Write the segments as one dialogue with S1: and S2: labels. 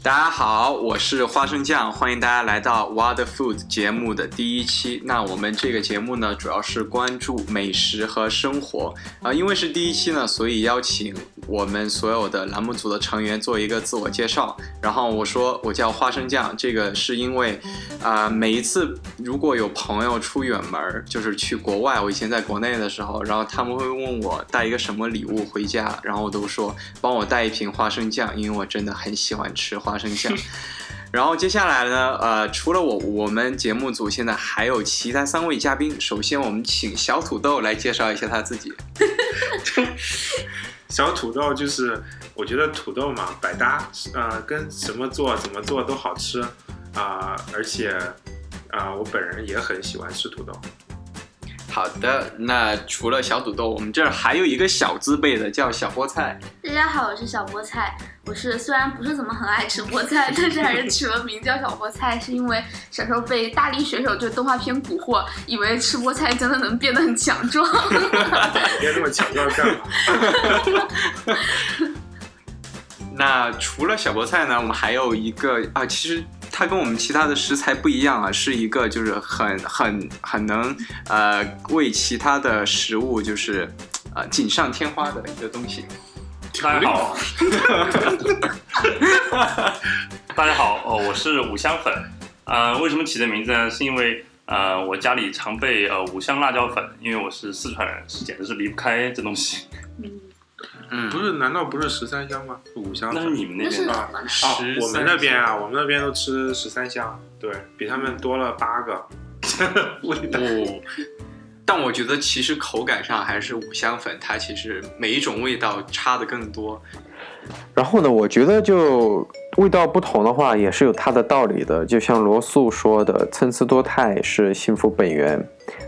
S1: 大家好，我是花生酱，欢迎大家来到 What Food 节目的第一期。那我们这个节目呢，主要是关注美食和生活啊、因为是第一期呢，所以邀请我们所有的栏目组的成员做一个自我介绍。然后我说我叫花生酱，这个是因为啊、每一次如果有朋友出远门儿，就是去国外，我以前在国内的时候，然后他们会问我带一个什么礼物回家，然后我都说帮我带一瓶花生酱，因为我真的很喜欢吃花生 酱。然后接下来呢，呃，除了我，我们节目组现在还有其他三位嘉宾。首先，我们请小土豆来介绍一下他自己。
S2: 小土豆就是，我觉得土豆嘛，百搭，呃，跟什么做、怎么做都好吃啊、而且啊、我本人也很喜欢吃土豆。
S1: 好的，那除了小土豆，我们这儿还有一个小字辈的，叫小菠菜。
S3: 大家好，我是小菠菜。我是虽然不是怎么很爱吃菠菜， 但是还是取了名叫小菠菜，是因为小时候被大力水手这个动画片蛊惑，以为吃菠菜真的能变得很强壮。
S2: 你别那么强调干 嘛？
S1: 那除了小菠菜呢，我们还有一个啊，其实它跟我们其他的食材不一样啊，是一个就是很很很能呃为其他的食物就是呃锦上添花的一个东西。
S4: 大家好， 大家好，哦，我是五香粉。呃，为什么起这名字呢？是因为呃，我家里常备呃五香辣椒粉，因为我是四川人，是简直是离不开这东西。
S3: 嗯，
S1: 嗯
S2: 不是，难道不是十三香吗？五香
S4: 那
S2: 粉
S4: 是你们那
S3: 那是
S4: 边
S3: 哪
S4: 的
S3: 儿呢？
S2: 哦，
S1: 13
S2: 我们那边啊，我们那边都吃十三香，对比他们多了八个。味道
S1: 哦，但我觉得其实口感上还是五香粉，它其实每一种味道差的更多。
S5: 然后呢，我觉得就味道不同的话，也是有它的道理的。就像罗素说的，参差多态是幸福本源。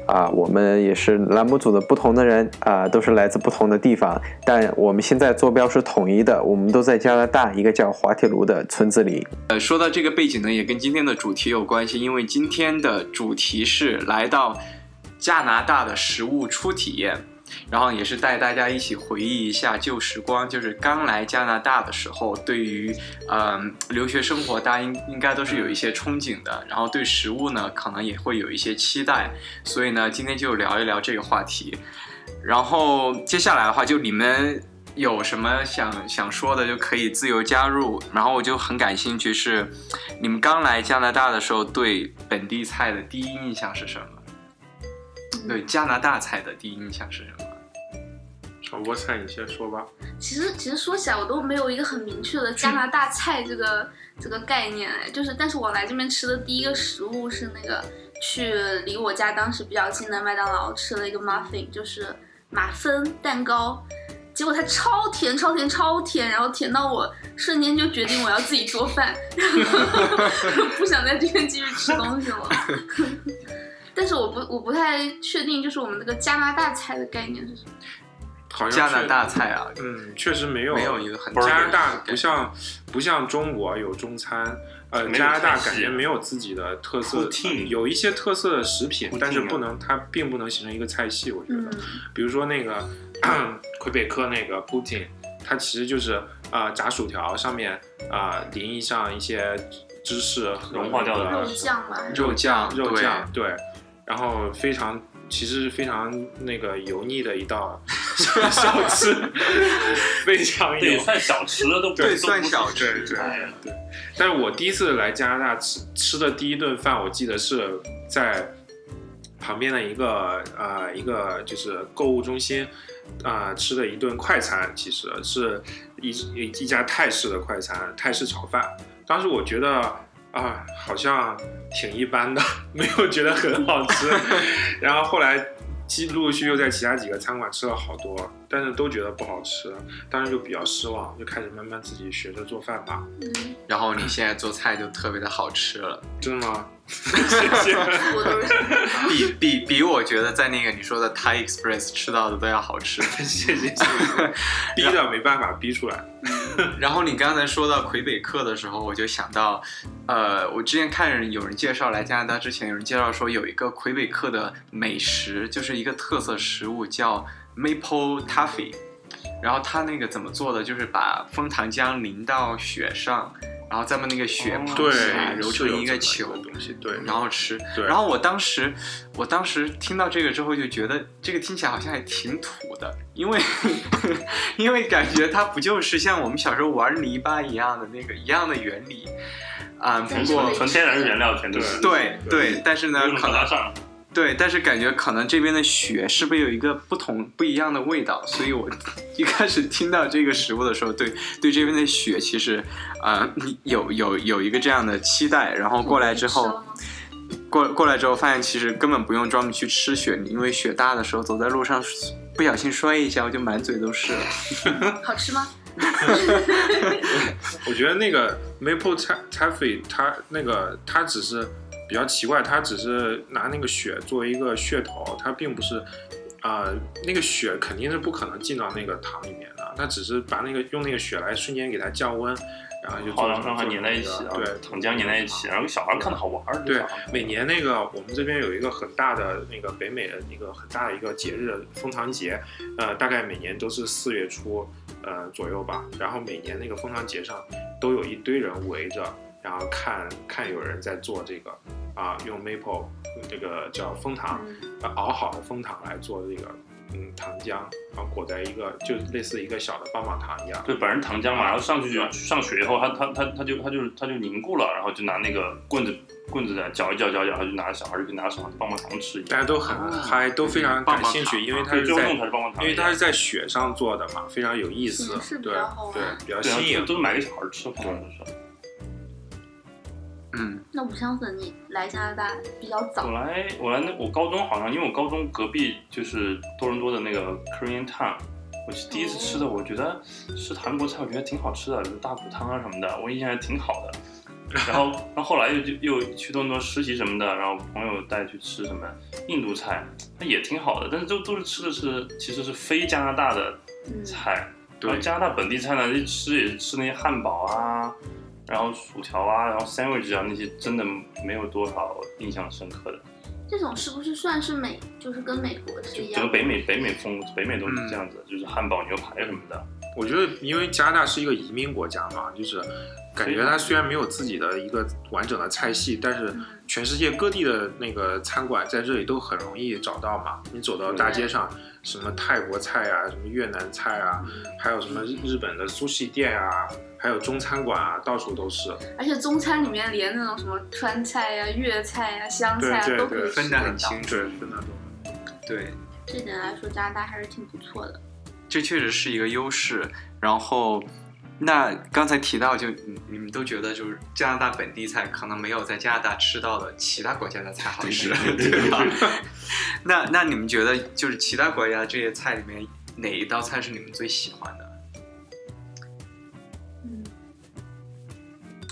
S5: 啊，我们也是栏目组的不同的人啊，都是来自不同的地方，但我们现在坐标是统一的，我们都在加拿大一个叫滑铁卢的村子里。
S1: 呃，说到这个背景呢，也跟今天的主题有关系，因为今天的主题是来到加拿大的食物初体验，然后也是带大家一起回忆一下旧时光，就是刚来加拿大的时候，对于嗯、留学生活，大家应应该都是有一些憧憬的，然后对食物呢，可能也会有一些期待，所以呢，今天就聊一聊这个话题。然后接下来的话，就你们有什么想想说的，就可以自由加入。然后我就很感兴趣是，你们刚来加拿大的时候，对本地菜的第一印象是什么？对加拿大菜的第一印象是什么？
S2: 小菠菜，你先说吧。
S3: 其实其实说起来，我都没有一个很明确的加拿大菜这个这个概念哎，就是但是我来这边吃的第一个食物是那个去离我家当时比较近的麦当劳吃了一个 muffin，就是马芬蛋糕。结果它超甜，超甜，超甜，然后甜到我瞬间就决定我要自己做饭， 不想在这边继续吃东西了。 但是我不我不太确定，就是我们那个加拿大菜的概念是什么？
S2: 好像
S1: 加拿
S2: 是
S1: 大菜啊，
S2: 嗯，确实没有
S1: 没有一个很
S2: 加拿
S1: 的
S2: 大
S1: 感觉
S2: 不像不像中国有中餐，呃，
S4: 没有
S2: 加拿大
S4: 菜
S2: 感
S4: 系
S2: 觉没有自己的特色，
S4: Poutine
S2: 有一些特色的食品
S4: Poutine，
S2: 但是不能它并不能形成一个菜系，我觉得
S3: 嗯，，
S2: 比如说那个魁北克那个 poutine，它其实就是呃炸薯条上面啊、呃淋一上一些芝士和
S4: 融化掉的
S2: 那个
S3: 肉酱嘛，
S1: 肉酱，
S2: 肉
S1: 对
S2: 酱，对，然后非常其实是非常那个油腻的一道 小吃，非常
S4: 对，
S2: 油。
S4: 算小吃了都不
S1: 对
S4: 都不
S1: 算小吃
S2: 对对
S4: 哎呀
S2: 但是我第一次来加拿大吃吃的第一顿饭，我记得是在旁边的一个呃一个就是购物中心啊、呃吃的一顿快餐，其实是一一一家泰式的快餐，泰式炒饭。当时我觉得啊、好像挺一般的，没有觉得很好吃。 然后后来。其陆陆续续又在其他几个餐馆吃了好多，但是都觉得不好吃，当时就比较失望，就开始慢慢自己学着做饭吧。
S3: 嗯，
S1: 然后你现在做菜就特别的好吃了，
S2: 真的吗？谢谢。
S3: 我都是
S1: 比比比我觉得在那个你说的 Thai Express 吃到的都要好吃。
S2: 谢谢 谢谢，逼的没办法逼出来。
S1: 然后你刚才说到魁北克的时候，我就想到，呃，我之前看有人介绍来加拿大之前，有人介绍说有一个魁北克的美食，就是一个特色食物叫 maple toffee，然后它那个怎么做的，就是把枫糖浆淋到雪上，然后再把那个血
S4: 哦
S1: 泡
S2: 对
S1: 起来，，揉
S2: 是
S1: 成
S2: 有
S1: 一个
S2: 这
S1: 球
S2: 么，东西，对，
S1: 然后吃。
S2: 对
S1: 然后我当时，我当时听到这个之后就觉得这个听起来好像还挺土的，因为 因为感觉它不就是像我们小时候玩泥巴一样的那个一样的原理啊、
S3: 但
S1: 不
S3: 是
S1: 过
S3: 我
S4: 纯天然原料全都是，
S1: 对
S2: 对
S1: 对，但是呢
S4: 不，用
S1: 可
S4: 高
S1: 能
S4: 大上，
S1: 对，但是感觉可能这边的血是不是有一个不同不一样的味道？所以我一开始听到这个食物的时候，对对这边的血其实呃有有有一个这样的期待，然后过来之后。过过来之后，发现其实根本不用专门去吃雪泥，因为雪大的时候走在路上不小心摔一跤，就满嘴都是了。
S3: 好吃吗？
S2: 我觉得那个 Maple Ta- Taffy，它那个它只是比较奇怪，它只是拿那个雪作为一个噱头，它并不是。啊、那个雪肯定是不可能进到那个糖里面的，它只是把那个用那个雪来瞬间给它降温，然后就
S4: 好
S2: 做
S4: 让
S2: 成
S4: 让它
S2: 做成
S4: 粘在一
S2: 那个
S4: 起啊，
S2: 对，
S4: 糖浆粘在一起，然后小孩看的好玩儿，
S2: 对
S4: 小孩，
S2: 每年那个我们这边有一个很大的那个北美的一个很大的一个节日枫糖节，呃，大概每年都是四月初呃左右吧。然后每年那个枫糖节上都有一堆人围着，然后看看有人在做这个啊、用 maple 这个叫枫糖、
S3: 嗯
S2: 呃熬好的枫糖来做这个嗯糖浆，然后裹在一个就类似一个小的棒棒糖一样。
S4: 对，本人糖浆嘛，然后上去就上学以后，他他他他就他就他就凝固了，然后就拿那个棍子棍子的搅一搅搅一搅，他就拿小孩就可以拿手上棒棒糖吃一
S2: 大
S4: 样，
S2: 家都很嗨，都非常感兴趣，因为它
S4: 对，
S2: 是
S4: 最后
S2: 在
S4: 弄出来是棒棒糖
S2: 因
S4: 一样，
S2: 为它是在雪上做的嘛，非常有意思
S3: 嗯是，比
S2: 对
S3: 较好玩
S2: 对，比较
S4: 对啊
S2: 新颖
S4: 都。是买给小孩吃，反正就是。
S1: 嗯，
S3: 那五香粉你来加拿大比较
S4: 我
S3: 早，
S4: 来，我来那我高中好像，因为我高中隔壁就是多伦多的那个 Korean Town，我是第一次吃的，我觉得是韩国菜，我觉得挺好吃的，就是大骨汤啊什么的，我印象还挺好的。然后，然后后来又又又去多伦多实习什么的，然后朋友带去吃什么印度菜，那也挺好的，但是都都是吃的是其实是非加拿大的
S3: 嗯，
S4: 菜，然
S2: 对
S4: 后加拿大本地菜呢，就吃也是吃那些汉堡啊，然后薯条啊，然后 sandwich 啊那些，真的没有多少印象深刻的。
S3: 这种是不是算是美，就是跟美国是
S4: 就
S3: 一样
S4: 整个
S3: 的？
S4: 北美北美风北美都是这样子，就是汉堡、牛排什么的。
S2: 我觉得，因为加拿大是一个移民国家嘛，就是感觉它虽然没有自己的一个完整的菜系，但是
S3: 嗯
S2: 全世界各地的那个餐馆在这里都很容易找到嘛。你走到大街上，什么泰国菜啊，什么越南菜啊，还有什么日日本的苏式店啊，还有中餐馆啊，到处都是。
S3: 而且中餐里面连那种什么川菜呀、粤菜呀、湘
S2: 对
S3: 菜啊
S2: 对
S3: 都可
S2: 对，
S3: 以吃
S1: 分
S3: 得
S1: 得
S3: 到
S1: 很。清楚
S2: 对，分得懂。
S1: 对，
S3: 这点来说，加拿大还是挺不错的。
S1: 这确实是一个优势。然后，那刚才提到就，你你们都觉得就是加拿大本地菜可能没有在加拿大吃到的其他国家的菜好吃， 对吧？那那你们觉得就是其他国家这些菜里面哪一道菜是你们最喜欢的？
S3: 嗯，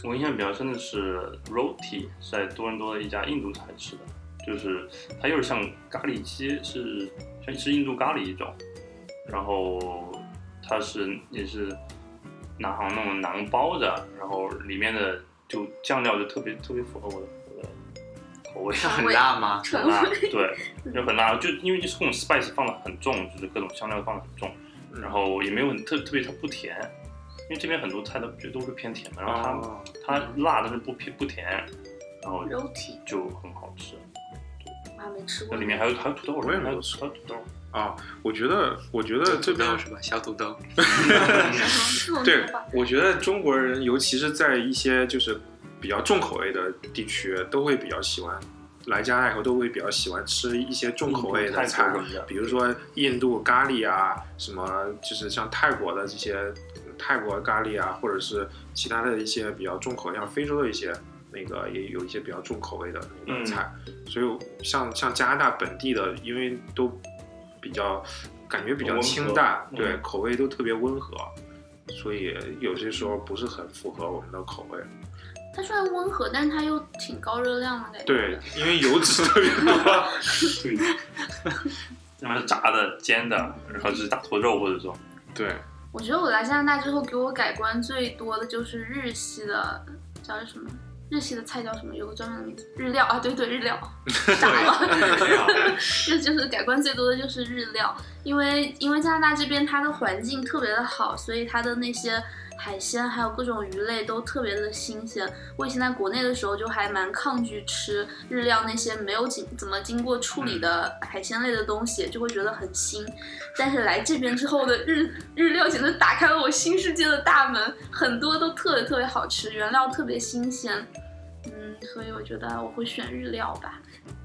S4: 我印象比较深的是 roti，是在多伦多的一家印度菜吃的，就是它又是像咖喱鸡，是像是印度咖喱一种，然后它是也是拿好像那种馕包着，然后里面的就酱料就特别特别符合我的我的口味。啊
S1: 很辣吗？
S3: 纯
S4: 很辣， 对，就很辣，就因为就是各种 spice 放的很重，就是各种香料放的很重，然后也没有很特特别它不甜，因为这边很多菜都就都是偏甜的，然后它、
S2: 哦
S4: 它辣但是不偏不甜，然后
S3: 肉体
S4: 就很好吃，
S3: 我还没吃过
S4: 那。里面还有还有土豆，
S2: 我也没
S4: 还
S2: 有
S4: 有
S2: 吃
S4: 还有土豆，
S2: 啊，我觉得，我觉得这
S1: 土
S2: 边
S1: 豆是吧？小土豆。
S3: 这 种
S2: 对
S3: 牛吧，
S2: 我觉得中国人，尤其是在一些就是比较重口味的地区，都会比较喜欢来加拿大以后都会比较喜欢吃一些重口味的菜
S4: 泰国什么的，
S2: 比如说印度咖喱啊，什么就是像泰国的这些泰国咖喱啊，或者是其他的一些比较重口，像非洲的一些那个也有一些比较重口味的那个菜，所以像像加拿大本地的，因为都比较感觉比较
S4: 温和
S2: 清淡，
S4: 嗯
S2: 对、口味都特别温和，所以有些时候不是很符合我们的口味。
S3: 它虽然温和，但是它又挺高热量的感觉。
S2: 对，，因为油 脂特别多。
S4: 对，要么是炸的、煎的，然后就是大坨肉或者说
S2: 对，
S3: 我觉得我来加拿大之后，给我改观最多的就是日系的，叫什么？日系的菜叫什么？有个专门的名字，日料 啊，对对，日料，傻了。
S1: 对
S3: 这就是改观最多的就是日料，因为因为加拿大这边它的环境特别的好，所以它的那些海鲜还有各种鱼类都特别的新鲜。我以前在国内的时候就还蛮抗拒吃日料那些没有经怎么经过处理的海鲜类的东西，就会觉得很腥。但是来这边之后的日日料简直打开了我新世界的大门，很多都特别特别好吃，原料特别新鲜。嗯，所以我觉得我会选日料吧。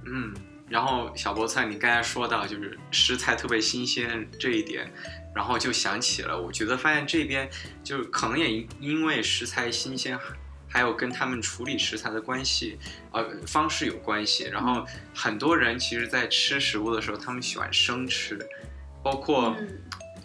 S1: 嗯，然后小菠菜，你刚才说到就是食材特别新鲜这一点，然后就想起了，我觉得发现这边就可能也因因为食材新鲜，还有跟他们处理食材的关系，呃方式有关系。然后很多人其实，在吃食物的时候，他们喜欢生吃，包括
S3: 嗯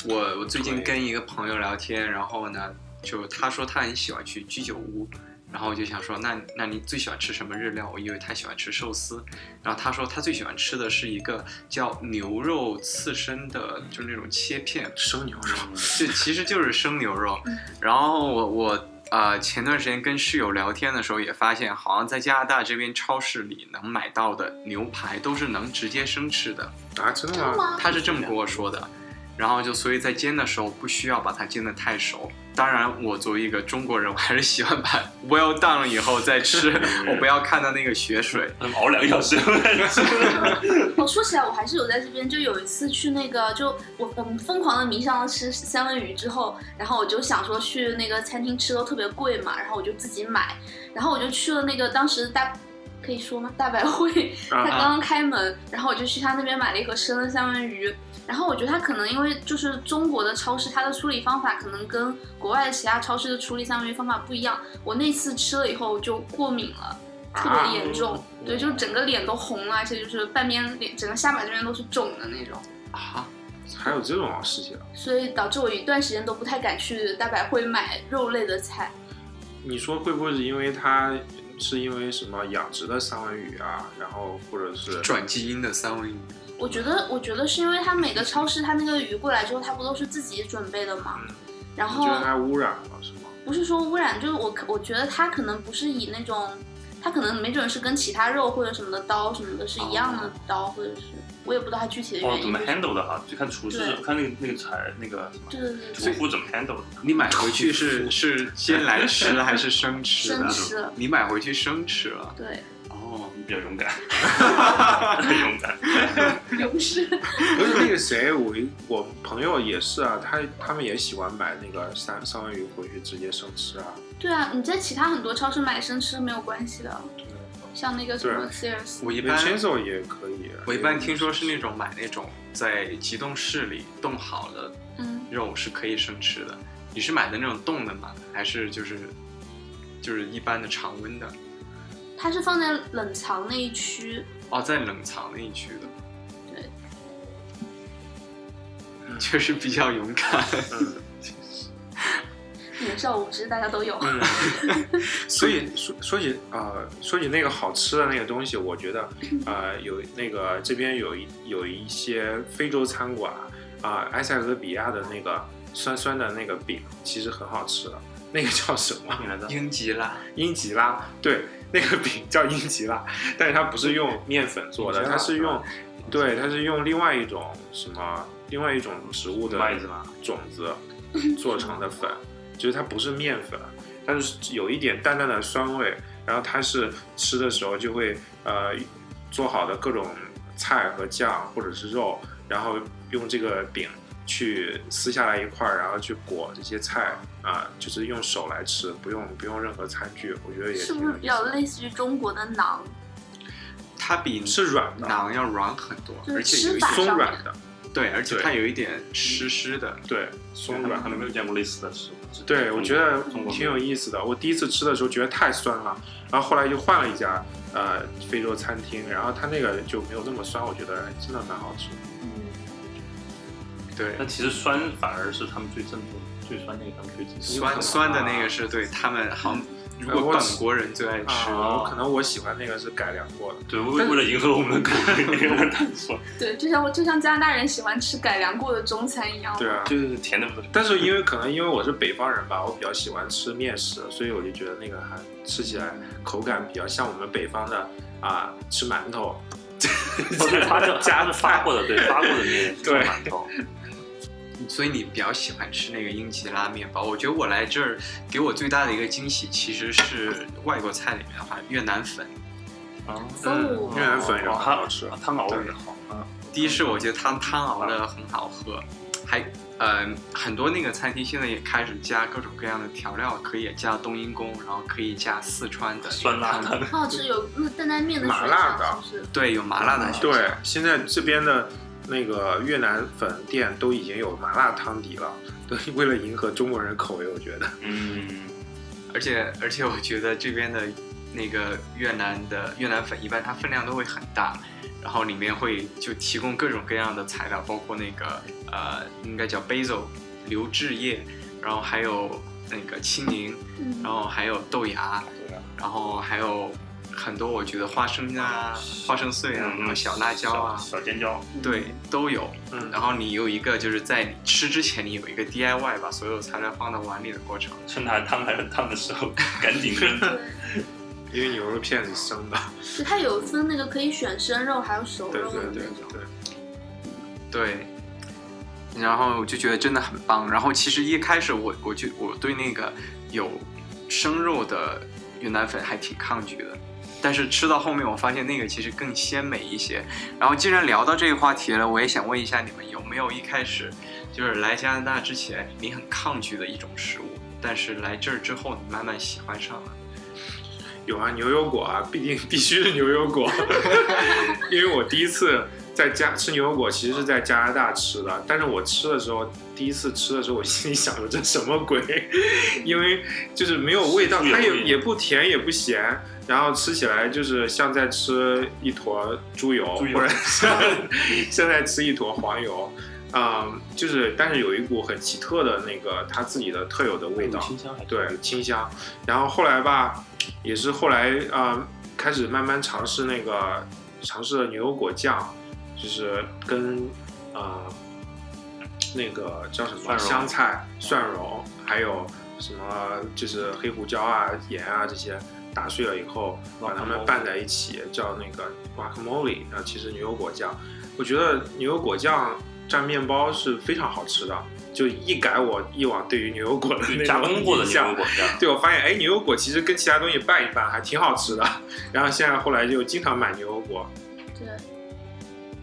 S1: 我我最近
S2: 对
S1: 跟一个朋友聊天，然后呢，就他说他很喜欢去居酒屋。然后我就想说，那那你最喜欢吃什么日料？我以为他喜欢吃寿司，然后他说他最喜欢吃的是一个叫牛肉刺身的，就是那种切片，
S2: 生牛肉，
S1: 这其实就是生牛肉
S3: 嗯。
S1: 然后我我呃前段时间跟室友聊天的时候也发现，好像在加拿大这边超市里能买到的牛排都是能直接生吃的，
S2: 啊，真的
S3: 真的
S2: 吗？
S3: 吗？
S1: 他是这么跟我说的。然后就所以在煎的时候不需要把它煎得太熟。当然，我作为一个中国人，我还是喜欢把 well done 了以后再吃，我不要看到那个血水。
S4: 嗯熬两个小时。
S3: 哦，说起来，我还是有在这边，就有一次去那个，就我嗯疯狂的迷上了吃三文鱼之后，然后我就想说去那个餐厅吃都特别贵嘛，然后我就自己买，然后我就去了那个当时大。可以说吗？大百汇，它
S2: 啊
S3: 刚刚开门，然后我就去他那边买了一盒生的三文鱼。然后我觉得它可能因为就是中国的超市，它的处理方法可能跟国外的其他超市的处理三文鱼方法不一样。我那次吃了以后我就过敏了。特别严重，
S4: 啊
S3: 对，就是整个脸都红啊了，而且就是半边脸，整个下巴这边都是肿的那种，
S1: 啊，
S2: 还有这种啊事情啊？
S3: 所以导致我一段时间都不太敢去大百汇买肉类的菜。
S2: 你说会不会是因为它是因为什么养殖的三文鱼啊？然后或者是
S1: 转基因的三文鱼，
S3: 我觉得，我觉得是因为它每个超市它那个鱼过来之后，它不都是自己准备的吗？
S2: 嗯
S3: 然
S2: 你
S3: 后
S2: 觉得它污染了是吗？
S3: 不是说污染，就是我可我觉得它可能不是以那种，它可能没准是跟其他肉或者什么的刀什么的是一样的刀，或者是我也不知道它具体的
S4: 哦
S3: 原，
S4: 怎
S3: 因。
S4: 么 handle 的哈？就看厨师
S3: 对，
S4: 看那个那个材那个什
S3: 对
S4: 么
S3: 对对
S4: 厨
S3: 对，
S4: 夫怎么 handle 的。
S1: 你买回去 是是先来吃还是生吃
S3: 生
S1: 的？
S3: 吃，
S1: 你买回去生吃了
S3: 对，
S1: 哦，
S4: 你比较勇敢， 很勇敢。
S3: 勇士，
S2: 不是那个谁，我一我朋友也是啊，他他们也喜欢买那个三三文鱼回去直接生吃啊。
S3: 对啊，你在其他很多超市买生吃没有关系的，
S2: 对，
S3: 像那个什么 Sears，
S1: 我一
S2: 那
S1: 般
S2: c h e 也可以。
S1: 我一般听说是那种买那种在急冻室里冻好的
S3: 嗯，
S1: 肉是可以生吃的。你是买的那种冻的吗？还是就是就是一般的常温的？
S3: 它是放在冷藏那一区，
S1: 哦，在冷藏那一区的，
S3: 对，
S1: 嗯确实比较勇敢。
S2: 嗯，
S3: 年少无知，大家都有。
S2: 嗯， 所以说说起呃，说起那个好吃的那个东西，我觉得呃，有那个这边有一有一些非洲餐馆啊、埃塞俄比亚的那个酸酸的那个饼，其实很好吃的。那个叫什么？
S4: 你来 的，
S1: 英吉拉，
S2: 英吉拉，对， 那个饼叫英吉拉，但是它不是用面粉做的，
S4: 英吉拉
S2: 它是
S4: 是
S2: 用
S4: 吧，
S2: 对，它是用另外一种什么，另外一种植物的
S4: 麦子吗？
S2: 种子做成的粉，就是它不是面粉，但是有一点淡淡的酸味，然后它是吃的时候就会呃做好的各种菜和酱或者是肉，然后用这个饼去撕下来一块儿，然后去裹这些菜啊、就是用手来吃，不用不用任何餐具，我觉得也
S3: 是
S2: 挺
S3: 不
S2: 有意思
S3: 是
S2: 嗯
S3: 比较类似于中国的馕？
S1: 它比
S2: 是软的，
S1: 馕要软很多，
S3: 就是
S1: 而且有一
S3: 吃法
S1: 点
S2: 松软的，
S1: 对，而且
S2: 对
S1: 它有一点湿湿的。
S2: 对，松软
S4: 他。们没有见过类似的食物。
S2: 对，我觉得
S4: 中国
S2: 挺有意思的。我第一次吃的时候觉得太酸了，然后后来就换了一家呃非洲餐厅，然后它那个就没有那么酸，我觉得真的蛮好吃的。
S3: 嗯，
S1: 对，
S4: 但其实酸反而是他们最正宗、最酸那个他们最正宗。
S1: 酸酸的那个是对他们好像，如
S2: 呃
S1: 果
S2: 我
S1: 本国人最爱吃，
S3: 哦
S2: 啊，我可能我喜欢那个是改良过的。
S4: 对，为为了迎合我们的口味，给我们淡酸，
S3: 对，就像就像加拿大人喜欢吃改良过的中餐一样。
S2: 对啊，
S4: 就是甜的 不得了。
S2: 但是因为可能因为我是北方人吧，我比较喜欢吃面食，所以我就觉得那个还吃起来口感比较像我们北方的啊、吃馒头
S4: 哦，对，他是
S2: 加
S4: 他是发过的，对发过的面是
S2: 对
S4: 馒 头，
S1: 所以你比较喜欢吃那个英吉拉面包？我觉得我来这儿给我最大的一个惊喜，其实是外国菜里面的话，越南粉。
S4: 啊，
S3: 哦
S2: 越南粉也
S4: 哦
S2: 很好吃，
S4: 汤熬的
S1: 对第一是我觉得它汤熬的很好喝，还呃很多那个餐厅现在也开始加各种各样的调料，可以加冬阴功，然后可以加四川的
S4: 酸辣
S1: 汤
S4: 汤，
S3: 好好吃，有那担担面的
S2: 麻
S3: 选
S2: 辣
S3: 项，是不是？
S1: 对，有麻辣
S4: 嗯
S1: 的选项。
S2: 对，现在这边的那个越南粉店都已经有麻辣汤底了，对， 为了迎合中国人口味，我觉得
S4: 嗯，
S1: 而且而且我觉得这边的那个越南的越南粉，一般它分量都会很大，然后里面会就提供各种各样的材料，包括那个呃应该叫 basil 流质叶，然后还有那个青柠，
S3: 嗯
S1: 然后还有豆芽，然后还有很多我觉得花生啊、花生碎啊、然后小辣椒啊，
S4: 嗯小小尖椒，
S1: 对，都有。
S2: 嗯
S1: 然后你有一个就是在吃之前，你有一个 DIY 把所有材料放到碗里的过程。
S4: 趁它汤还很烫的 时候，赶紧扔。
S3: 对，
S2: 因为牛肉片是生的，
S3: 就它有分那个可以选生肉还有熟
S2: 对
S3: 肉
S2: 对
S3: 的
S2: 对
S3: 那种。
S2: 对，
S1: 对，然后我就觉得真的很棒。然后其实一开始我我就我对那个有生肉的云南粉还挺抗拒的，但是吃到后面我发现那个其实更鲜美一些。然后既然聊到这个话题了，我也想问一下你们有没有一开始就是来加拿大之前你很抗拒的一种食物，但是来这儿之后你慢慢喜欢上了。
S2: 有啊，牛油果啊，必定必须是牛油果， 因为我第一次在家吃牛油果，其实是在加拿大吃的，但是我吃的时候，第一次吃的时候，我心里想着这什么鬼， 因为就是没有味道，
S4: 是有
S2: 它也
S4: 味
S2: 也不甜也不咸，然后吃起来就是像在吃一坨猪油，
S4: 猪油
S2: 或者 像像在吃一坨黄油。嗯，就是，但是有一股很奇特的那个它自己的特有的味道，
S4: 清香还
S2: 对，清香。然后后来吧，也是后来啊、呃开始慢慢尝试那个尝试了牛油果酱，就是跟呃那个叫什么
S4: 蒜蓉
S2: 香菜、蒜蓉，还有什么就是黑胡椒啊、盐啊这些打碎了以后，把它们
S4: Guacamole
S2: 拌在一起，叫那个 guacamole 啊，其实牛油果酱。我觉得牛油果酱蘸面包是非常好吃的，就一改我以往对于牛油果的那种
S4: 加工过的
S2: 印
S4: 牛
S2: 象
S4: 油果酱，
S2: 对，我发现哎，牛油果其实跟其他东西拌一拌还挺好吃的。然后现在后来就经常买牛油果，
S3: 对，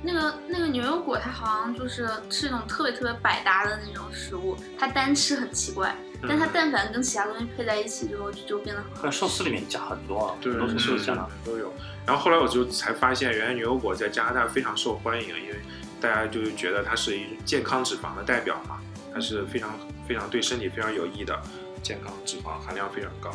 S3: 那个那个牛油果，它好像就是是一种特别特别百搭的那种食物，它单吃很奇怪，
S2: 嗯
S3: 但它但凡跟其他东西配在一起之后，就就变得很好
S4: 但寿司里面加很多啊，
S2: 对，
S4: 很多
S2: 是
S4: 种寿司
S2: 是
S4: 酱啊，
S2: 都有。然后后来我就才发现，原来牛油果在加拿大非常受欢迎，因为大家就是觉得它是一健康脂肪的代表嘛，它是非常非常对身体非常有益的，健康脂肪含量非常高。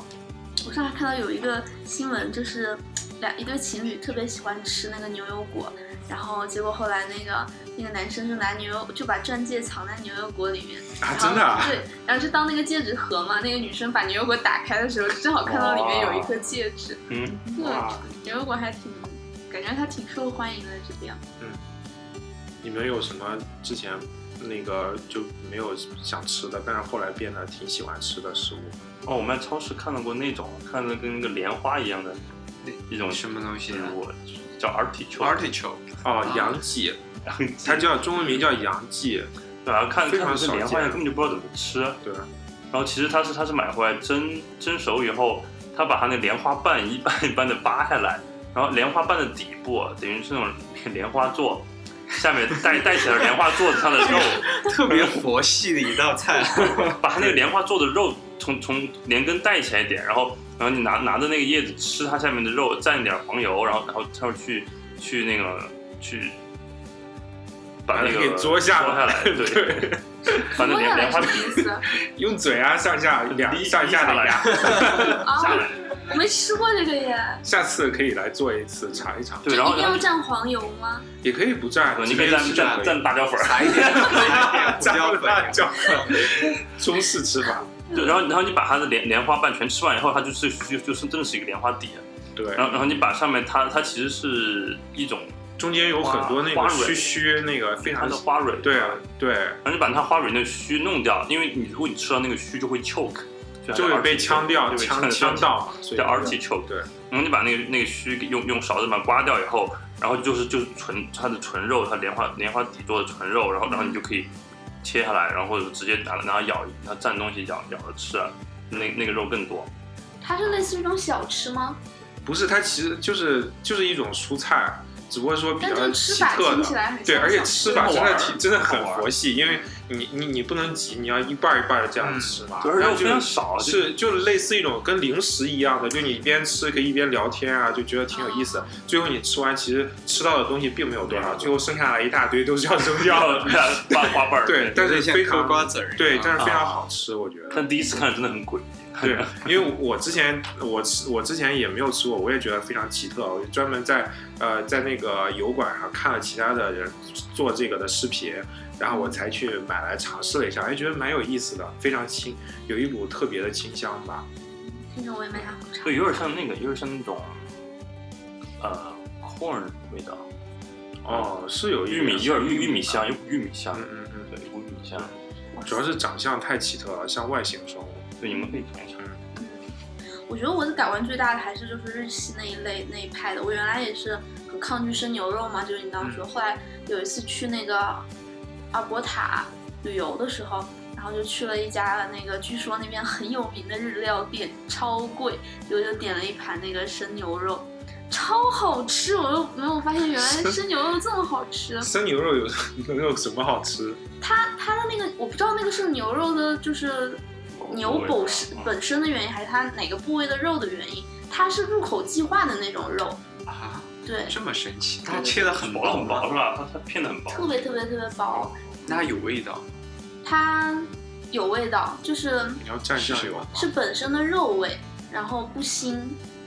S3: 我上次看到有一个新闻，就是两一对情侣特别喜欢吃那个牛油果，然后结果后来那个那个男生就拿牛油就把钻戒藏在牛油果里面，
S2: 啊
S3: 然，后
S2: 真的、啊，
S3: 对，然后就当那个戒指盒嘛，那个女生把牛油果打开的时候，正好看到里面有一颗戒指，
S4: 嗯，
S3: 对，
S2: 哇！
S3: 牛油果还挺，感觉它挺受欢迎的这边。
S2: 你们有什么之前那个就没有想吃的，但是后来变得挺喜欢吃的食物？
S4: 哦，我们在超市看到过那种，看到跟那个莲花一样的一种
S1: 什么东西
S4: 植物，叫 artichoke，
S1: ？artichoke，
S2: 哦
S1: 啊，
S2: 杨记，它
S4: 它
S2: 叫中文名叫杨记，
S4: 然后啊看
S2: 非
S4: 看
S2: 常
S4: 这
S2: 少
S4: 莲花
S2: 见
S4: 根本就不知道怎么吃，
S2: 对吧？
S4: 然后其实它是它是买回来蒸蒸熟以后，它把它那莲花瓣一瓣一瓣的扒下来，然后莲花瓣的底部啊等于是那种莲花座，下面带带起来莲花座子上的肉，
S1: 特别佛系的一道菜。
S4: 把它那个莲花座的肉从从连根带起来一点，然后然后你拿拿着那个叶子吃它下面的肉，蘸一点黄油，然后然后它会去去那个去。把那
S2: 把它
S4: 个
S2: 给啄下
S4: 来，对，
S2: 对，
S4: 把那
S3: 摸
S4: 莲
S3: 下
S4: 莲
S3: 来
S4: 花
S3: 什
S4: 底
S3: 么意思？
S2: 用嘴啊上下两
S4: 滴
S2: 上下
S4: 下
S2: 的
S4: 来，
S2: 牙，
S4: 下
S3: 啊，
S4: 来，
S3: 我没吃过这个耶。
S2: 下次可以来做一次尝一尝，
S3: 就
S4: 对，然后
S3: 一定要蘸黄油吗？
S2: 也可以不蘸，
S4: 你
S2: 直
S4: 可以
S2: 接
S4: 蘸
S2: 吃
S4: 蘸蘸辣椒粉儿，
S1: 撒一点，撒一点胡椒
S2: 蘸辣
S1: 粉，
S2: 椒粉，中式吃法，
S4: 对，然后然后你把它的莲莲花瓣全吃完以后，它就是就就是真的是一个莲花底。
S2: 对，
S4: 然后然后你把上面它它其实是一种
S2: 中间有很多那
S4: 花
S2: 个须
S4: 蕊
S2: 须，那个非
S4: 它
S2: 常
S4: 的花蕊，
S2: 对啊，对，
S4: 然后你把它花蕊那须弄掉，因为你如果你吃到那个须就会 choke，就
S2: 就会被呛掉，
S4: 就被
S2: 呛
S4: 呛
S2: 呛，到嘛，所以
S4: 叫 artichoke。
S2: 对，
S4: 然后你把那个那个须给用用勺子把它刮掉以后，然后就是就是纯它的纯肉，它莲花莲花底做的纯肉，然后然后你就可以切下来，然后或者直接拿拿咬，它蘸东西咬咬着吃，啊那那个肉更多。
S3: 它是类似于一种小吃吗？
S2: 不是，它其实就是就是一种蔬菜，只不过说比
S3: 但这
S2: 较
S3: 个吃
S2: 奇
S3: 法
S2: 特
S3: 听
S2: 的
S3: 起。来很
S2: 对，
S3: 像
S2: 而且
S3: 小
S2: 吃
S3: 吃
S2: 法
S4: 好
S2: 真的
S4: 玩
S2: 挺真的很
S4: 好玩
S2: 佛系，因为你你你不能急，你要一半儿一半的这
S4: 嗯
S2: 样吃嘛。
S4: 主要是
S2: 然啊
S4: 肉
S2: 后就
S4: 非常少，啊就是
S2: 就是类似一种跟零食一样的，就你一边吃可以一边聊天啊，就觉得挺有意思的。最后你吃完，其实吃到的东西并没有多少，最后剩下来一大堆都是要扔掉
S4: 要
S2: 的。
S4: 八花瓣儿。
S2: 对，但是
S1: 像
S2: 非
S1: 嗑
S2: 常
S1: 瓜子儿一样，
S2: 对，但是非
S4: 啊
S2: 常好吃，我觉得。
S4: 但第一次看真的很诡异。
S2: 对，啊 因为我之前我吃我之前也没有吃过，我也觉得非常奇特。我专门在呃在那个油管上看了其他的人做这个的视频，然后我才去买来尝试了一下，哎，觉得蛮有意思的，非常清，有一股特别的清香吧。
S3: 听着我也没啥好吃。
S4: 对，有点像那个，有点像那种呃 corn 味道，
S2: 哦，是有一
S4: 玉米
S2: 点
S4: 有点玉玉米香，有股玉米香，
S2: 嗯嗯嗯，
S4: 对，有股玉米香。
S2: 主要是长相太奇特了，像外星生物。
S4: 对，你们可以尝一下。
S3: 我觉得我的改观最大的还是就是日系那一类那一派的。我原来也是很抗拒生牛肉嘛，就是你刚说。后来有一次去那个阿伯塔旅游的时候，然后就去了一家那个据说那边很有名的日料店，超贵，我就点了一盘那个生牛肉，超好吃！我又没有发现原来生牛肉这么好吃。
S2: 生牛肉有能有什么好吃？
S3: 它它的那个我不知道那个是牛肉的，就是牛本身
S4: 嗯
S3: 本身的原因，还是它哪个部位的肉的原因，它是入口即化的那种肉，
S1: 啊，
S3: 对，
S1: 这么神奇，它切的很
S4: 薄
S1: 薄
S4: 很薄是吧？它它片的很薄。
S3: 特别特别特别薄，
S1: 那有味道。
S3: 它有味道，就是
S2: 你要蘸酱油吗？
S3: 是本身的肉味，然后不腥，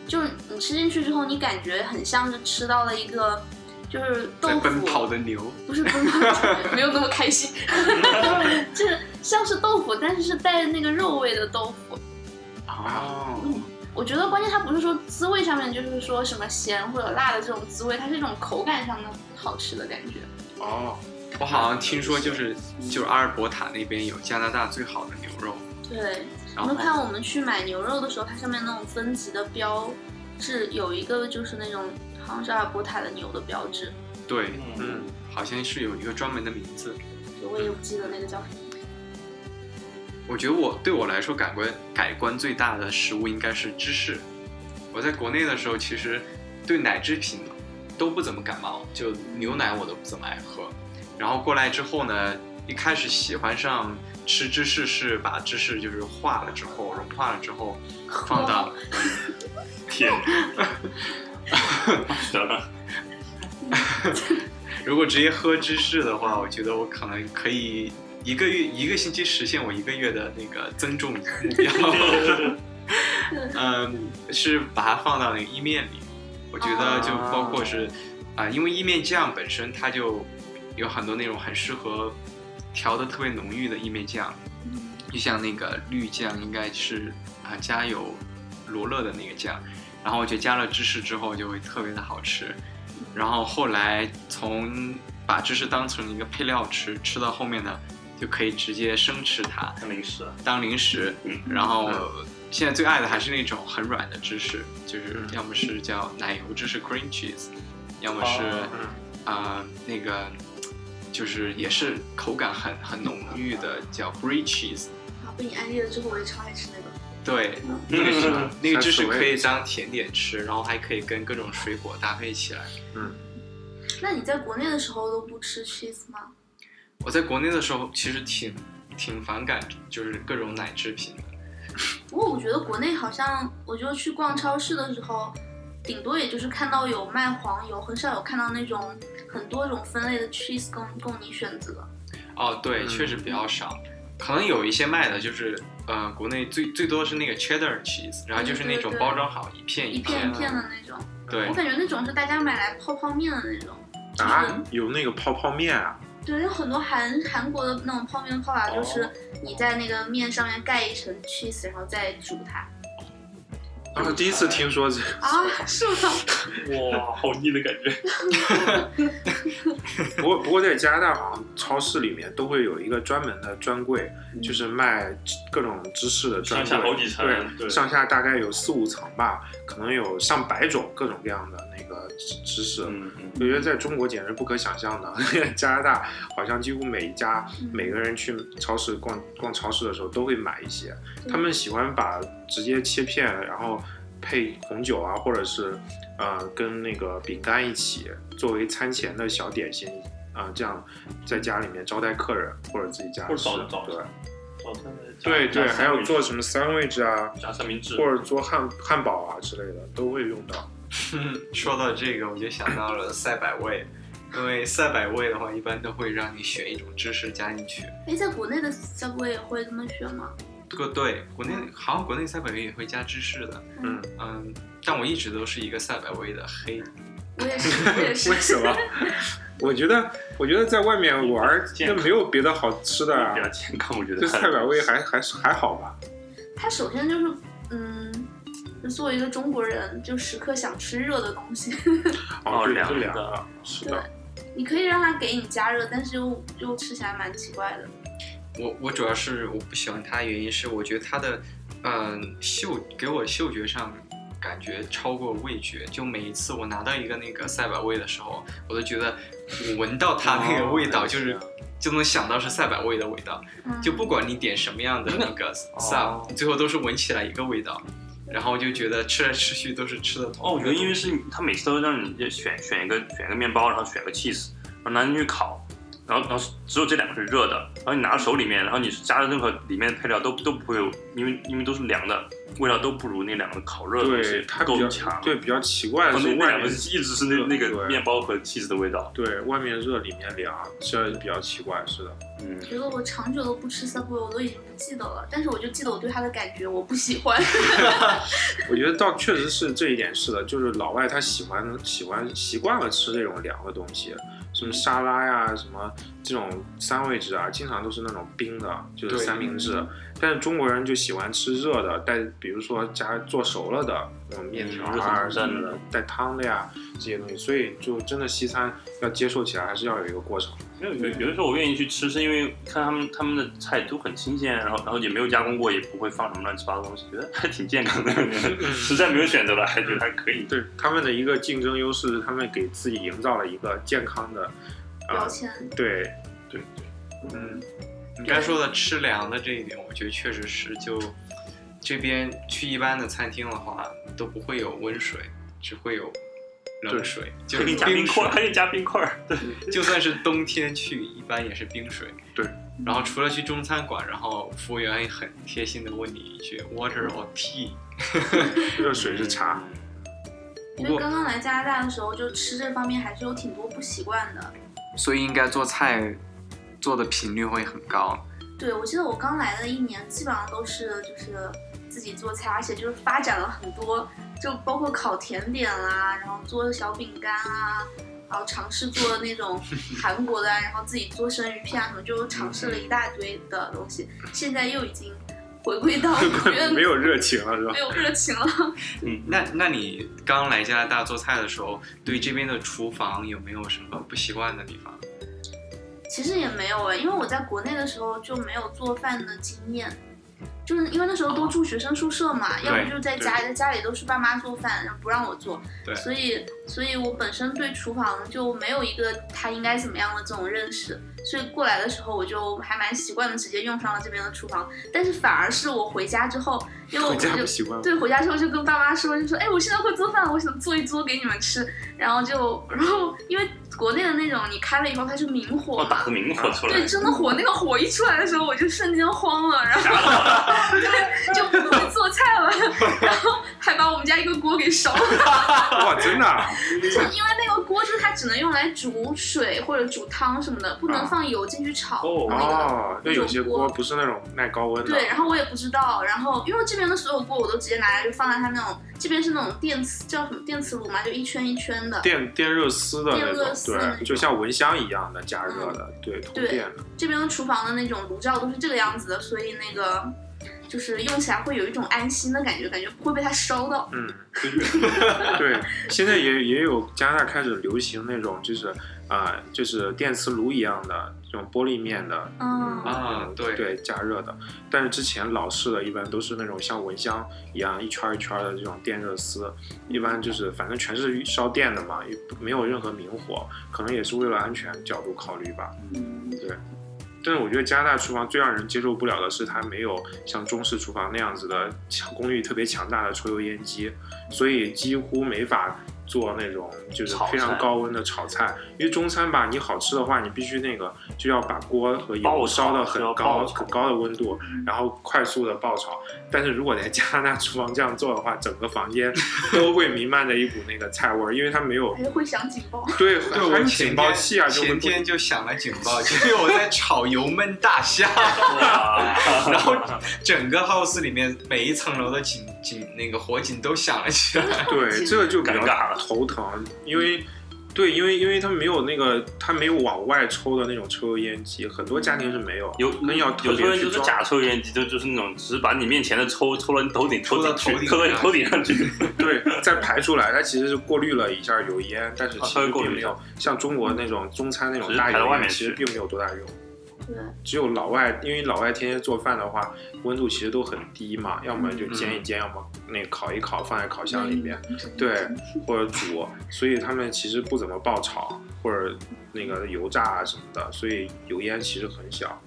S3: 就是你吃进去之后，你感觉很像是吃到了一个就是豆
S1: 在
S3: 腐
S1: 奔跑 的牛，
S3: 不是不是，没有那么开心， 就是像是豆腐，但是是带着那个肉味的豆腐。
S1: 啊
S2: 哦，
S3: 我觉得关键它不是说滋味上面，就是说什么咸或者辣的这种滋味，它是一种口感上的好吃的感觉。
S2: 哦，
S1: 我好像听说就是就是阿尔伯塔那边有加拿大最好的牛肉，
S3: 对，
S1: 然
S3: 你
S1: 后
S3: 们看我们去买牛肉的时候，它上面那种分级的标志，有一个就是那种好像是阿尔伯塔的牛的标志，
S1: 对，
S4: 嗯
S1: 嗯，好像是有一个专门的名字。
S3: 就我也不记得那个叫什么。
S1: 我觉得我对我来说改观改观最大的食物应该是芝士。我在国内的时候，其实对奶制品都不怎么感冒，就牛奶我都不怎么爱喝。然后过来之后呢，一开始喜欢上吃芝士，是把芝士就是化了之后融化了之后放到
S4: 天，行了，
S1: 如果直接喝芝士的话，我觉得我可能可以一个月一个星期实现我一个月的那个增重目标。嗯，是把它放到那个意面里，我觉得就包括是啊、因为意面酱本身它就有很多那种很适合调的特别浓郁的意面酱，就像那个绿酱应该是啊加有罗勒的那个酱，然后我觉得加了芝士之后就会特别的好吃。然后后来从把芝士当成一个配料吃，吃到后面呢，就可以直接生吃它
S4: 看零食。
S1: 当零食。
S4: 嗯
S1: 然后现在最爱的还是那种很软的芝士，
S4: 嗯
S1: 就是要么是叫奶油芝士 （cream cheese），要么是
S4: 哦
S2: 嗯，
S1: 啊、那个就是也是口感很很浓郁的叫 brie cheese。
S3: 啊，被你安利了之后，我也超爱吃那个。
S1: 对，
S4: 嗯
S1: 那个是那个芝士可以当甜点吃，然后还可以跟各种水果搭配起来。
S3: 那你在国内的时候都不吃 cheese 吗？
S1: 我在国内的时候其实挺挺反感，就是各种奶制品的。
S3: 不过我觉得国内好像，我就去逛超市的时候，顶多也就是看到有卖黄油，很少有看到那种很多种分类的 cheese 供供你选择。
S1: 哦，对，
S2: 嗯
S1: 确实比较少，可能有一些卖的，就是呃，国内最最多是那个 cheddar cheese，然后就是那种
S3: 对对对
S1: 包装好一片
S3: 一片
S1: 片
S3: 一片的那种，
S1: 对
S3: 我，感觉那种是大家买来泡泡面的那种。
S2: 啊，有那个泡泡面啊，
S3: 对，有很多韩韩国的那种泡面的泡法，
S2: 哦
S3: 就是你在那个面上面盖一层 cheese，然后再煮它。
S2: 然后啊第一次听说这个，
S3: 啊，是吗？
S4: 哇，好腻的感觉。
S2: 不过不过在加拿大好像超市里面都会有一个专门的专柜，
S3: 嗯
S2: 就是卖各种芝士的专柜，
S4: 上下好几层
S2: 对，
S4: 对
S2: 上下大概有四五层吧，可能有上百种各种各样的那个芝芝士。
S4: 嗯嗯，
S2: 我觉得在中国简直不可想象的， 加拿大好像几乎每一家
S3: 嗯
S2: 每个人去超市逛逛超市的时候都会买一些，
S3: 对
S2: 他们喜欢把直接切片，然后配红酒啊，或者是呃跟那个饼干一起作为餐前的小点心啊、呃这样在家里面招待客人或者自己家
S4: 或者
S2: 吃
S4: 早，早
S2: 对
S4: 餐，早餐的加
S2: 对对，
S4: 加
S2: 还有做什
S4: 么
S2: 么 sandwich 啊，
S4: 加三明治，
S2: 或者做汉汉堡啊之类的都会用到。
S1: 说到这个，我就想到了赛百味，因为赛百味的话，一般都会让你选一种芝士加进去。
S3: 哎，在国内的 Subway 也会这么选吗？
S1: 这个对，国内
S3: 嗯
S1: 好像国内赛百味也会加芝士的，
S2: 嗯，
S1: 嗯，但我一直都是一个赛百味的黑。
S3: 我 也是，我也是。
S2: 为什么？我觉得，我觉得在外面玩儿，
S4: 健
S2: 那
S4: 康
S2: 没有别的好吃的啊
S4: 比。较健康，我觉得。
S2: 这菜百味还还还好吧？
S3: 他首先就是，嗯，就作为一个中国人，就时刻想吃热的东西。
S4: 哦
S2: 对，
S4: 凉
S2: 是
S4: 的
S2: 凉的，是的。
S3: 你可以让他给你加热，但是又又吃起来蛮奇怪的。
S1: 我我主要是我不喜欢它，原因是我觉得它的，嗯、嗅给我嗅觉上感觉超过味觉。就每一次我拿到一个那个赛百味的时候，我都觉得我闻到它那个味道，
S2: 哦
S1: 就是
S2: 是啊
S1: 就能想到是赛百味的味道。
S3: 嗯、
S1: 就不管你点什么样的那个
S4: 哦
S1: sub，、最后都是闻起来一个味道。然后就觉得吃来吃去都是吃的同一个东西。
S4: 哦，我觉得因为是你他每次都让你选选一个选一个面包，然后选个 cheese，然后拿进去烤，然后然后只有这两个是热的，然后你拿到手里面，然后你加的任何里面的配料都都不会有，因为因为都是凉的，味道都不如那两个烤热的东
S2: 对，
S4: 西
S2: 它比
S4: 够
S2: 较
S4: 强。
S2: 对比较奇怪
S4: 然
S2: 的
S4: 后那
S2: 是
S4: 那
S2: 外
S4: 两个
S2: 面
S4: 是一直是那那个
S2: 对
S4: 面包和 cheese 的味道。
S2: 对外面热里面凉，这比较奇怪，是的。
S4: 嗯，
S3: 觉得我长久都不吃 Subway，我都已经不记得了，但是我就记得我对它的感觉，我不喜欢。
S1: 啊
S2: 我觉得倒确实是这一点是的，就是老外他喜欢喜欢习惯了吃这种凉的东西，什么沙拉呀、什么这种三味治啊，经常都是那种冰的，就是
S1: 对
S2: 三明治。但是中国人就喜欢吃热的，带比如说加做熟了的那种面条
S4: 嗯热
S2: 啊
S4: 腾腾
S2: 什么的，带汤的呀这些东西，所以就真的西餐要接受起来还是要有一个过程。
S4: 没有有有的时候我愿意去吃，是因为看他们他们的菜都很新鲜，然后然后也没有加工过，也不会放什么乱七八糟的东西，觉得还挺健康的。 实在没有选择了，还觉得还可以。
S2: 对他们的一个竞争优势，他们给自己营造了一个健康的，
S3: 标
S2: 啊、
S3: 签，
S2: 对，
S4: 对对，
S2: 嗯，
S1: 你刚才说的吃凉的这一点，我觉得确实是就这边去一般的餐厅的话，都不会有温水，只会有冷水，就是
S4: 还可以加冰
S1: 冰
S4: 块，还
S1: 水。
S4: 可以加冰块。对，
S1: 就算是冬天去，一般也是冰水。
S2: 对。
S4: 嗯
S1: 然后除了去中餐馆，然后服务员也很贴心的问你一句 “water or tea”。
S2: 热水是茶。
S1: 不
S3: 所以
S1: 过，
S3: 刚刚来加拿大的时候，就吃这方面还是有挺多不习惯的。
S1: 所以应该做菜做的频率会很高。
S3: 对，我记得我刚来的一年，基本上都是就是自己做菜，而且就是发展了很多，就包括烤甜点啦、然后做小饼干啊，然后尝试做那 种韩国的啊，然后自己做生鱼片啊什么，就尝试了一大堆的东西。现在又已经回归到我觉 得
S2: 没有热情了是吧
S3: 没？有热情了。
S4: 嗯，
S1: 那那你刚来加拿大做菜的时候，对这边的厨房有没有什么不习惯的地方？
S3: 其实也没有哎，因为我在国内的时候就没有做饭的经验，就是因为那时候都住学生宿舍嘛，要不就在家里，在家里都是爸妈做饭，然后不让我做，
S1: 对
S3: 所以所以我本身对厨房就没有一个它应该怎么样的这种认识，所以过来的时候我就还蛮习惯的，直接用上了这边的厨房，但是反而是我回家之后，因为我
S2: 回家
S3: 就
S2: 不习惯吗。
S3: 对，回家之后就跟爸妈说，就说，哎，我现在会做饭了，我想做一桌给你们吃。然后就，然后因为国内的那种，你开了以后它是明火
S4: 哦，
S3: 嘛
S4: 打，个明火出来
S3: 对，，真的火，那个火一出来的时候，我就瞬间慌了，然后 对就不会做菜了，然后还把我们家一个锅给烧了，
S2: 哇，真的啊、
S3: 就是因为那个锅就是它只能用来煮水或者煮汤什么的，不能放油进去炒
S4: 哦
S3: 那个。
S2: 哦，那有些锅不是那种耐高温的。
S3: 对，然后我也不知道，然后因为这边的所有锅我都直接拿来就放在它那种，这边是那种电磁叫什么电磁炉嘛，就一圈一圈的。
S2: 电电热丝的
S3: 电
S2: 那
S3: 热丝
S2: 种，对，
S3: 的那种嗯
S2: 就像蚊香一样的加热的，对，通
S3: 对
S2: 电的。
S3: 这边的厨房的那种炉灶都是这个样子的，所以那个就是用起来会有一种安心的感觉，感觉不会被它烧到。
S2: 嗯， 对，现在也也有加拿大开始流行那种就是啊、就是电磁炉一样的这种玻璃面的
S3: 嗯，
S1: 啊对
S2: 对加热的，但是之前老式的一般都是那种像蚊香一样一圈儿一圈儿的这种电热丝，一般就是反正全是烧电的嘛，也不没有任何明火，可能也是为了安全角度考虑吧。但是我觉得加拿大厨房最让人接受不了的是，它没有像中式厨房那样子的强功率特别强大的抽油烟机，所以几乎没法做那种就是
S4: 炒菜
S2: 非常高温的炒菜。因为中餐吧，你好吃的话，你必须那个就要把锅和
S4: 爆
S2: 油
S4: 炒
S2: 烧到很
S4: 要爆
S2: 高
S4: 炒嗯
S2: 很高的温度，然后快速的爆炒。但是如果在加拿大厨房这样做的话，整个房间都会弥漫着一股那个菜味儿，因为它没 有
S3: 还是会响警报。
S2: 对，
S1: 对，
S2: 还
S1: 我
S2: 有
S1: 前
S2: 警报器啊，
S1: 天
S2: 就会
S1: 前
S2: 不
S1: 天就响了警 报器，因为我在炒油焖大虾，
S4: 哇，
S1: 然后整个 house 里面每一层楼的警警那个火警都响了起来。
S2: 对，这个就比
S4: 尴
S2: 较
S4: 尬了
S2: 头疼，因
S4: 嗯
S2: 为对，因为因为它没有那个，它没有往外抽的那种抽油烟机，很多家庭是没有，
S4: 有嗯
S2: 可能要特
S4: 有时候
S2: 别
S4: 人
S2: 去
S4: 就是
S2: 装。
S4: 假抽油烟机，就就是那种只是把你面前的抽抽到你头顶，
S1: 抽到
S4: 顶去
S1: 头顶，
S4: 抽到你
S1: 上
S4: 头顶上 去。
S2: 对，再排出来，它其实是过滤了一下油烟，但是
S4: 啊
S2: 其
S4: 稍微
S2: 实
S4: 过
S2: 并
S4: 滤一
S2: 没
S4: 下
S2: 有像中国那种中餐那
S4: 只
S2: 种
S4: 是
S2: 大
S4: 排到
S2: 油
S4: 外
S2: 烟，
S4: 面
S2: 其实
S4: 去
S2: 并没有多大用。
S3: 对，
S2: 只有老外，因为老外天天做饭的话，温度其实都很低嘛，要么
S1: 嗯
S2: 就煎一煎，要么那个烤一烤，放在烤箱里面。对，
S1: 嗯
S2: 或者煮，所以他们其实不怎么爆炒或者那个油炸啊什么的，所以油烟其实很小。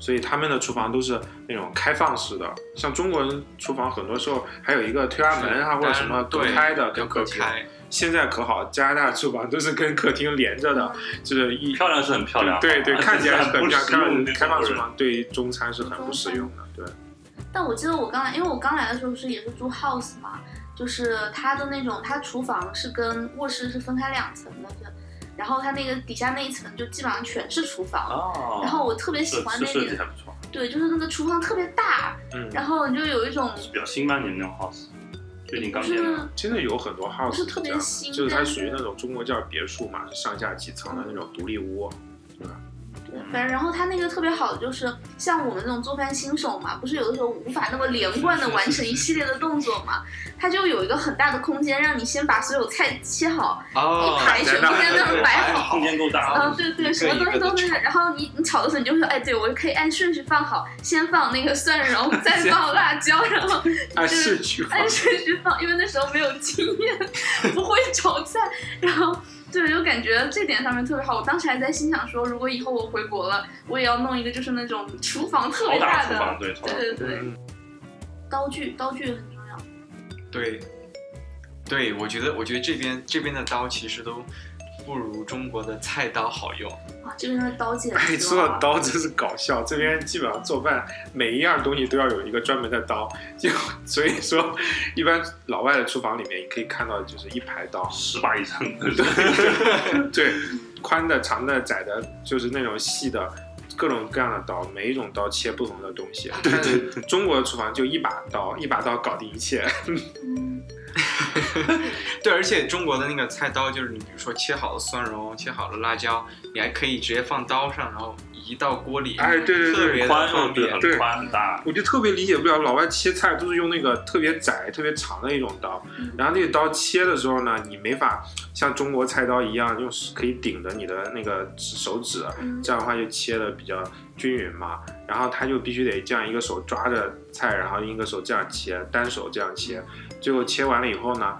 S2: 所以他们的厨房都是那种开放式的，像中国人厨房很多时候还有一个推拉门啊或者什么隔
S1: 对
S2: 开的
S1: 要
S2: 跟
S1: 隔
S2: 客厅。
S1: 开，
S2: 现在可好，加拿大厨房都是跟客厅连着的，就是一
S4: 漂亮是很漂亮，
S2: 对 对，
S4: 啊
S2: 看起来
S4: 但
S2: 是
S4: 很
S2: 很漂
S4: 实用
S2: 亮。
S4: 的
S2: 开放式
S4: 那种
S2: 嘛，对于中餐是很不实用的。对，
S3: 但我记得我刚来，因为我刚来的时候是也是住 house 嘛，就是它的那种，它厨房是跟卧室是分开两层的，是然后它那个底下那一层就基本上全是厨
S2: 啊
S3: 房。
S4: 哦，
S3: 然后我特别
S4: 这
S3: 喜欢
S4: 这
S3: 那
S4: 设计
S3: 里
S4: 还，不错，
S3: 对，就是那个厨房特别大，
S2: 嗯，
S3: 然后你就有一种
S4: 是比较新半年那种 house，最近刚
S3: 就
S4: 建的
S3: 是。
S2: 真的有很多 house
S3: 是特别
S2: 这样
S3: 新
S2: 就是它
S3: 但是
S2: 属于那种中国叫别墅嘛，是上下几层的那种独立屋。
S3: 嗯对，反正然后它那个特别好的就是像我们这种做饭新手嘛，不是有的时候无法那么连贯的完成一系列的动作嘛，它就有一个很大的空间让你先把所有菜切好，
S1: 哦，
S3: 一排全部在那儿摆好
S4: 空间够大，
S3: 嗯，对对，什么东西都是，然后你你炒的时候你就会说，哎，对我可以按顺序放好，先放那个蒜蓉，再放辣椒，然后
S2: 按
S3: 对
S2: 顺 序放
S3: 按顺序放，因为那时候没有经验，不会炒菜，然后对，就感觉这点上面特别好。我当时还在心想说，如果以后我回国了，我也要弄一个就是那种厨房特
S4: 超
S3: 别
S4: 大厨
S3: 的
S4: 房，，对，超大。
S3: 对对对，
S2: 嗯
S3: 刀具刀具很重要，
S1: 对，对，我觉得，我觉得这边这边的刀其实都不如中国的菜刀好用。
S3: 啊，这边的刀剪
S2: 哎，
S3: 子
S2: 说到
S3: 啊，
S2: 刀真是搞笑，这边基本上做饭每一样东西都要有一个专门的刀，就所以说一般老外的厨房里面你可以看到就是一排刀，
S4: 十把以上的，
S2: 对，宽的、长的、窄的，就是那种细的，各种各样的刀，每一种刀切不同的东西。但是中国的厨房就一把刀，一把刀搞定 一切。
S3: 嗯，
S1: 对，而且中国的那个菜刀，就是你比如说切好了蒜蓉，切好了辣椒，你还可以直接放刀上，然后移到锅里，
S2: 哎，对对
S1: 特
S2: 对，
S1: 别的
S4: 宽
S1: 方
S4: 哦，对，
S1: 便。
S4: 很宽很大，
S2: 我就特别理解不了老外切菜都是用那个特别窄、特别长的一种刀，
S3: 嗯
S2: 然后那个刀切的时候呢，你没法像中国菜刀一样用可以顶着你的那个手指，
S3: 嗯
S2: 这样的话就切的比较均匀嘛。然后他就必须得这样一个手抓着菜，然后另一个手这样切，单手这样切。最后切完了以后呢，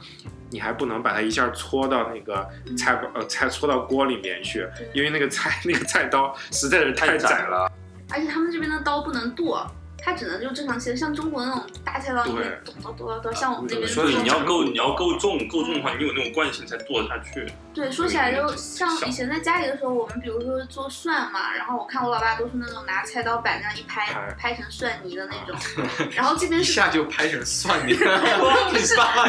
S2: 你还不能把它一下搓到那个菜呃菜搓到锅里面去，因为那个菜 那个菜刀实在是太窄了。
S3: 而且他们这边的刀不能剁。它只能就正常切，像中国那种大菜刀，你会
S2: 对
S3: 剁剁剁剁，像我
S4: 呃
S3: 们这边
S2: 说
S4: 对，
S2: 得
S4: 你要够，你要嗯够重，够重的话，你有那种惯性才剁得下 去。
S3: 对，说起来就像
S4: 小
S3: 以前在家里的时候，我们比如说做蒜嘛，然后我看我老爸都是那种拿菜刀板那样一拍
S2: 哎，
S3: 拍成蒜泥的那种。
S4: 啊
S3: 然后这边
S1: 一
S3: 是，
S1: 下就拍成蒜泥了，你爸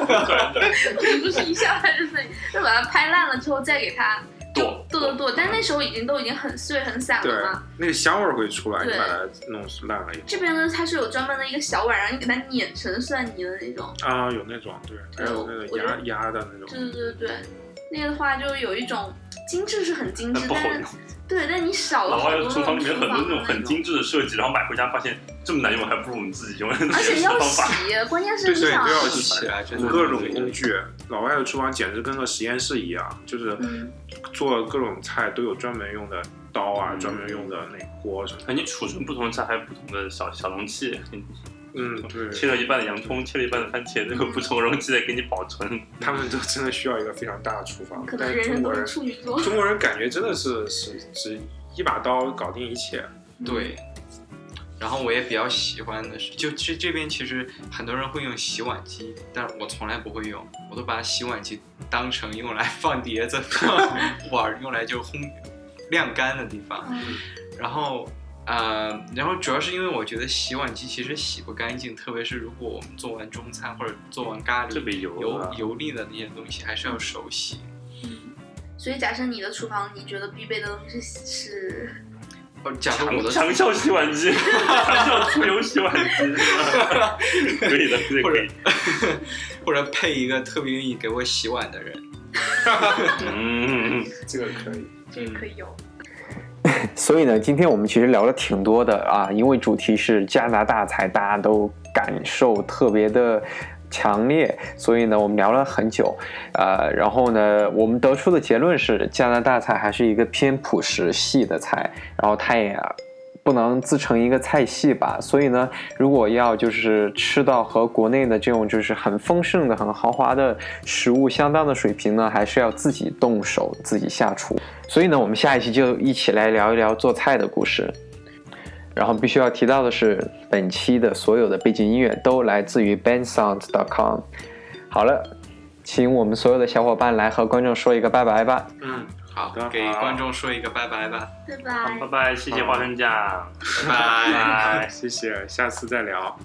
S3: 不是一下拍成蒜泥，就把它拍烂了之后再给它
S4: 剁
S3: 剁剁剁。但那时候已经都已经很碎很散
S2: 对
S3: 了嘛。，
S2: 那个香味儿会出来，你
S3: 对
S2: 把它弄烂了以后
S3: 这边呢，它是有专门的一个小碗，然后你给它碾成蒜泥的那种。
S2: 啊，有那种对，还有那
S3: 我
S2: 个
S3: 觉
S2: 压
S3: 得
S2: 压的那种
S3: 对，对对对，那个的话就有一种精致是很精致
S4: 但，不好
S3: 但
S4: 用
S3: 是。对，但你少了
S4: 老
S3: 好
S4: 外
S3: 多
S4: 的厨房里面很多那种很
S3: 精，
S4: 精致的设计，然后买回家发现这么难用，还不如我们自己用的
S3: 而且你
S4: 原始
S3: 要
S4: 方法。
S3: 洗，关 键是
S2: 对
S3: 你
S2: 对，
S3: 想
S2: 都要
S4: 洗
S2: 洗
S1: 起来真的
S2: 各种工具。老外的厨房简直跟个实验室一样，就是
S3: 嗯
S2: 做各种菜都有专门用的刀啊，
S4: 嗯
S2: 专门用的那锅什么的。
S4: 哎，你储存不同的菜还有不同的小小容器，你
S2: 嗯，对，
S4: 切了一半的洋葱，切了一半的番茄，这个不同容器再给你保存。
S2: 他们都真的需要一个非常大的厨房，
S3: 可能
S2: 但
S3: 人
S2: 是中
S3: 人都
S2: 国
S3: 是
S2: 人，
S3: 处女 座。
S2: 中国人感觉真的是是只一把刀搞定一切。
S1: 对。然后我也比较喜欢的是，就这这边其实很多人会用洗碗机，但我从来不会用，我都把洗碗机当成用来放碟子、 放碗儿，用来就烘晾干的地方。
S3: 嗯
S1: 然后呃，然后主要是因为我觉得洗碗机其实洗不干净，特别是如果我们做完中餐或者做完咖
S4: 特
S1: 喱，
S4: 别油啊
S1: 油油腻的那些东西还是要手洗。
S3: 所以假设你的厨房，你觉得必备的东西是是
S1: 呃，假如我的
S4: 长效洗碗 机，长效出油洗碗机，可以的，可以
S1: 或
S4: 可
S1: 者
S4: 以。
S1: 或者配一个特别愿意给我洗碗的人。
S4: 嗯，
S2: 这个可以，
S3: 这个可以有，
S5: 所以呢，今天我们其实聊了挺多的啊，因为主题是加拿大菜，大家都感受特别的强烈，所以呢，我们聊了很久，呃，然后呢，我们得出的结论是，加拿大菜还是一个偏朴实系的菜，然后它也。不能自成一个菜系吧，所以呢，如果要就是吃到和国内的这种就是很丰盛的、很豪华的食物相当的水平呢，还是要自己动手、自己下厨。所以呢，我们下一期就一起来聊一聊做菜的故事。然后必须要提到的是，本期的所有的背景音乐都来自于 bandsound.com。好了，请我们所有的小伙伴来和观众说一个拜拜吧。
S2: 嗯，
S1: 好
S2: 的，
S1: 给
S2: 好
S1: 观众说一个拜拜吧，
S3: 对
S4: 好
S3: 吧？
S4: 拜拜，谢谢花生酱，
S1: 拜
S4: 拜
S1: 拜。
S4: 拜。
S2: 谢谢，下次再聊。